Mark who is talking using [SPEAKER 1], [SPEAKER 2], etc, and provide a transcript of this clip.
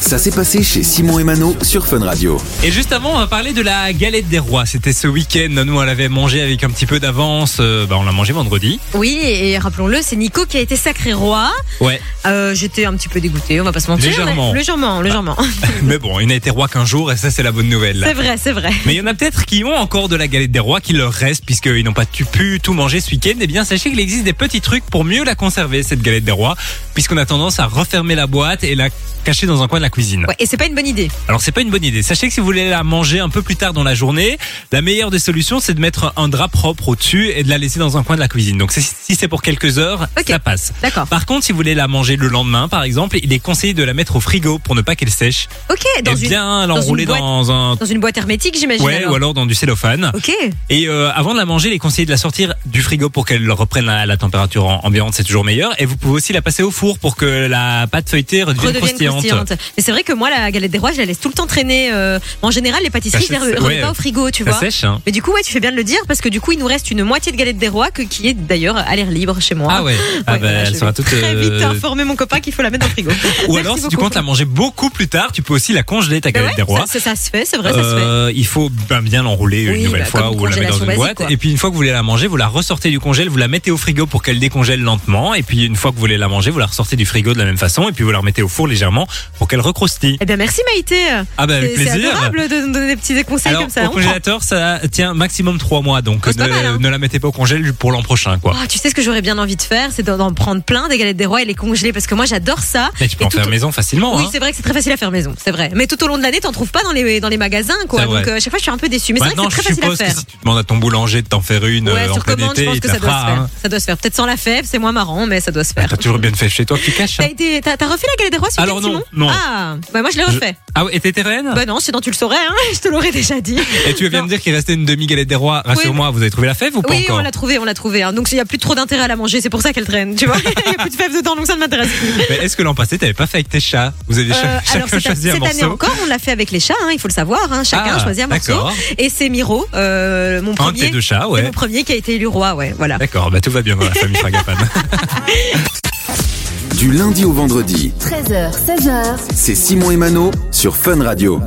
[SPEAKER 1] Ça s'est passé chez Simon et Mano sur Fun Radio.
[SPEAKER 2] Et juste avant, on va parler de la galette des rois. C'était ce week-end. Nous, on l'avait mangée avec un petit peu d'avance. Euh, bah, on l'a mangée vendredi.
[SPEAKER 3] Oui, et rappelons-le, c'est Nico qui a été sacré roi.
[SPEAKER 2] Ouais.
[SPEAKER 3] Euh, J'étais un petit peu dégoûtée, on va pas se mentir.
[SPEAKER 2] Légèrement.
[SPEAKER 3] mais- légèrement, légèrement.
[SPEAKER 2] Mais bon, il n'a été roi qu'un jour et ça, c'est la bonne nouvelle.
[SPEAKER 3] c'est vrai, c'est vrai.
[SPEAKER 2] Mais il y en a peut-être qui ont encore de la galette des rois qui leur reste puisqu'ils n'ont pas tu- pu tout manger ce week-end. Eh bien, sachez qu'il existe des petits trucs pour mieux la conserver, cette galette des rois, puisqu'on a tendance à refermer la boîte et la cacher dans un coin de la cuisine.
[SPEAKER 3] Ouais, et c'est pas une bonne idée.
[SPEAKER 2] Alors c'est pas une bonne idée. Sachez que si vous voulez la manger un peu plus tard dans la journée, la meilleure des solutions c'est de mettre un drap propre au-dessus et de la laisser dans un coin de la cuisine. Donc c'est- si c'est pour quelques heures,
[SPEAKER 3] Ok.
[SPEAKER 2] ça passe.
[SPEAKER 3] D'accord.
[SPEAKER 2] Par contre, si vous voulez la manger le lendemain par exemple, il est conseillé de la mettre au frigo pour ne pas qu'elle sèche
[SPEAKER 3] Ok, dans,
[SPEAKER 2] et
[SPEAKER 3] une,
[SPEAKER 2] bien
[SPEAKER 3] dans une
[SPEAKER 2] l'enrouler
[SPEAKER 3] boîte.
[SPEAKER 2] dans, un
[SPEAKER 3] dans une boîte hermétique, j'imagine.
[SPEAKER 2] ouais
[SPEAKER 3] alors.
[SPEAKER 2] ou alors dans du cellophane.
[SPEAKER 3] Ok,
[SPEAKER 2] Et euh, avant de la manger, il est conseillé de la sortir du frigo pour qu'elle reprenne à la température en- ambiante, c'est toujours meilleur. Et vous pouvez aussi la passer au four pour que la pâte feuilletée redevienne,
[SPEAKER 3] redevienne
[SPEAKER 2] croustillante.
[SPEAKER 3] croustillante. Mais c'est vrai que moi, la galette des rois, je la laisse tout le temps traîner. euh, En général, les pâtisseries, je les
[SPEAKER 2] Bah, Ça,
[SPEAKER 3] re-
[SPEAKER 2] c'est-
[SPEAKER 3] remets
[SPEAKER 2] ouais.
[SPEAKER 3] pas au frigo, tu
[SPEAKER 2] Ça
[SPEAKER 3] vois.
[SPEAKER 2] sèche. Hein
[SPEAKER 3] Mais du coup, ouais, tu fais bien de le dire parce que du coup, il nous reste une moitié de galette des rois que, qui est d'ailleurs à l'air libre chez moi.
[SPEAKER 2] ah ouais, ah
[SPEAKER 3] Ouais,
[SPEAKER 2] bah,
[SPEAKER 3] voilà, je
[SPEAKER 2] elle
[SPEAKER 3] vais
[SPEAKER 2] sera toute
[SPEAKER 3] Très vite
[SPEAKER 2] euh,
[SPEAKER 3] informer mon copain qu'il faut la mettre dans le frigo.
[SPEAKER 2] Ou
[SPEAKER 3] Merci
[SPEAKER 2] alors, si tu
[SPEAKER 3] beaucoup.
[SPEAKER 2] comptes la manger beaucoup plus tard, tu peux aussi la congeler, ta
[SPEAKER 3] Ben
[SPEAKER 2] galette
[SPEAKER 3] ouais,
[SPEAKER 2] des rois.
[SPEAKER 3] Ça, ça- ça se fait, c'est vrai, ça se fait.
[SPEAKER 2] Euh, il faut ben bien l'enrouler
[SPEAKER 3] Oui,
[SPEAKER 2] une nouvelle
[SPEAKER 3] bah,
[SPEAKER 2] fois
[SPEAKER 3] comme une
[SPEAKER 2] ou la mettre dans
[SPEAKER 3] congélation
[SPEAKER 2] une
[SPEAKER 3] basique,
[SPEAKER 2] boîte.
[SPEAKER 3] quoi.
[SPEAKER 2] Et puis une fois que vous voulez la manger, vous la ressortez du congèle, vous la mettez au frigo pour qu'elle décongèle lentement. Et puis une fois que vous voulez la manger, vous la ressortez du frigo de la même façon. Et puis vous la remettez au four légèrement pour qu'elle recroustille.
[SPEAKER 3] Eh bien, merci Maïté.
[SPEAKER 2] Ah ben
[SPEAKER 3] C'est
[SPEAKER 2] avec
[SPEAKER 3] c'est
[SPEAKER 2] plaisir.
[SPEAKER 3] adorable de nous donner des petits conseils
[SPEAKER 2] Alors
[SPEAKER 3] comme ça.
[SPEAKER 2] au
[SPEAKER 3] On prend.
[SPEAKER 2] congélateur, ça tient maximum 3 mois. Donc
[SPEAKER 3] Oh, c'est
[SPEAKER 2] ne,
[SPEAKER 3] pas mal, hein.
[SPEAKER 2] ne la mettez pas au congèle pour l'an prochain quoi.
[SPEAKER 3] Oh, tu sais ce que j'aurais bien envie de faire, c'est d'en d'en prendre plein des galettes des rois et les congeler parce que moi j'adore ça.
[SPEAKER 2] Mais tu peux
[SPEAKER 3] Et
[SPEAKER 2] en
[SPEAKER 3] tout-
[SPEAKER 2] faire maison facilement.
[SPEAKER 3] Oui,
[SPEAKER 2] hein.
[SPEAKER 3] c'est vrai que c'est très facile à faire maison, c'est vrai. Mais tout au long de l'année, t'en trouves pas dans les, dans les magasins, quoi.
[SPEAKER 2] C'est vrai.
[SPEAKER 3] Donc, euh, chaque fois, je suis un peu déçue. Mais c'est vrai
[SPEAKER 2] Maintenant, je
[SPEAKER 3] que c'est très facile à
[SPEAKER 2] suppose que
[SPEAKER 3] faire.
[SPEAKER 2] si tu demandes à ton boulanger de t'en faire une
[SPEAKER 3] ouais,
[SPEAKER 2] euh, en
[SPEAKER 3] sur
[SPEAKER 2] plein
[SPEAKER 3] commande, je
[SPEAKER 2] été,
[SPEAKER 3] pense
[SPEAKER 2] il te
[SPEAKER 3] que
[SPEAKER 2] la
[SPEAKER 3] ça doit
[SPEAKER 2] fera.
[SPEAKER 3] se faire.
[SPEAKER 2] hein.
[SPEAKER 3] Ça doit se faire. Peut-être sans la fève, c'est moins marrant, mais ça doit se faire.
[SPEAKER 2] T'as toujours bien fait chez toi que tu caches. hein.
[SPEAKER 3] T'as été, t'as, t'as refait la galette des rois ce
[SPEAKER 2] Alors
[SPEAKER 3] week-end,
[SPEAKER 2] non,
[SPEAKER 3] Simon
[SPEAKER 2] non.
[SPEAKER 3] Ah, bah moi je l'ai
[SPEAKER 2] Je-
[SPEAKER 3] refait.
[SPEAKER 2] Ah ouais, et t'étais reine
[SPEAKER 3] Bah non, sinon tu le saurais, hein, je te l'aurais déjà dit.
[SPEAKER 2] Et tu viens
[SPEAKER 3] Non.
[SPEAKER 2] de dire qu'il restait une demi-galette des rois. Rassure-moi, vous avez trouvé la fève ou pas
[SPEAKER 3] Oui,
[SPEAKER 2] encore
[SPEAKER 3] on l'a trouvé, on l'a trouvé. hein. Donc il n'y a plus trop d'intérêt à la manger, c'est pour ça qu'elle traîne, tu vois. Il n'y a plus de fèves dedans, donc ça ne m'intéresse plus.
[SPEAKER 2] Mais est-ce que l'an passé, t'avais pas fait avec tes chats Vous avez
[SPEAKER 3] Euh,
[SPEAKER 2] cha-
[SPEAKER 3] alors
[SPEAKER 2] chacun
[SPEAKER 3] cette,
[SPEAKER 2] choisi un
[SPEAKER 3] cette année
[SPEAKER 2] morceau
[SPEAKER 3] encore, on l'a fait avec les chats, hein, il faut le savoir. hein. Chacun
[SPEAKER 2] Ah,
[SPEAKER 3] choisit un morceau.
[SPEAKER 2] D'accord.
[SPEAKER 3] Et c'est Miro, euh, mon
[SPEAKER 2] Un de tes
[SPEAKER 3] premier,
[SPEAKER 2] deux chats,
[SPEAKER 3] c'est
[SPEAKER 2] ouais.
[SPEAKER 3] mon premier qui a été élu roi, ouais, voilà.
[SPEAKER 2] D'accord, bah tout va bien dans la famille Fragapan.
[SPEAKER 1] Du lundi au vendredi,
[SPEAKER 4] 13h, 16h,
[SPEAKER 1] c'est Simon et Mano sur Fun Radio.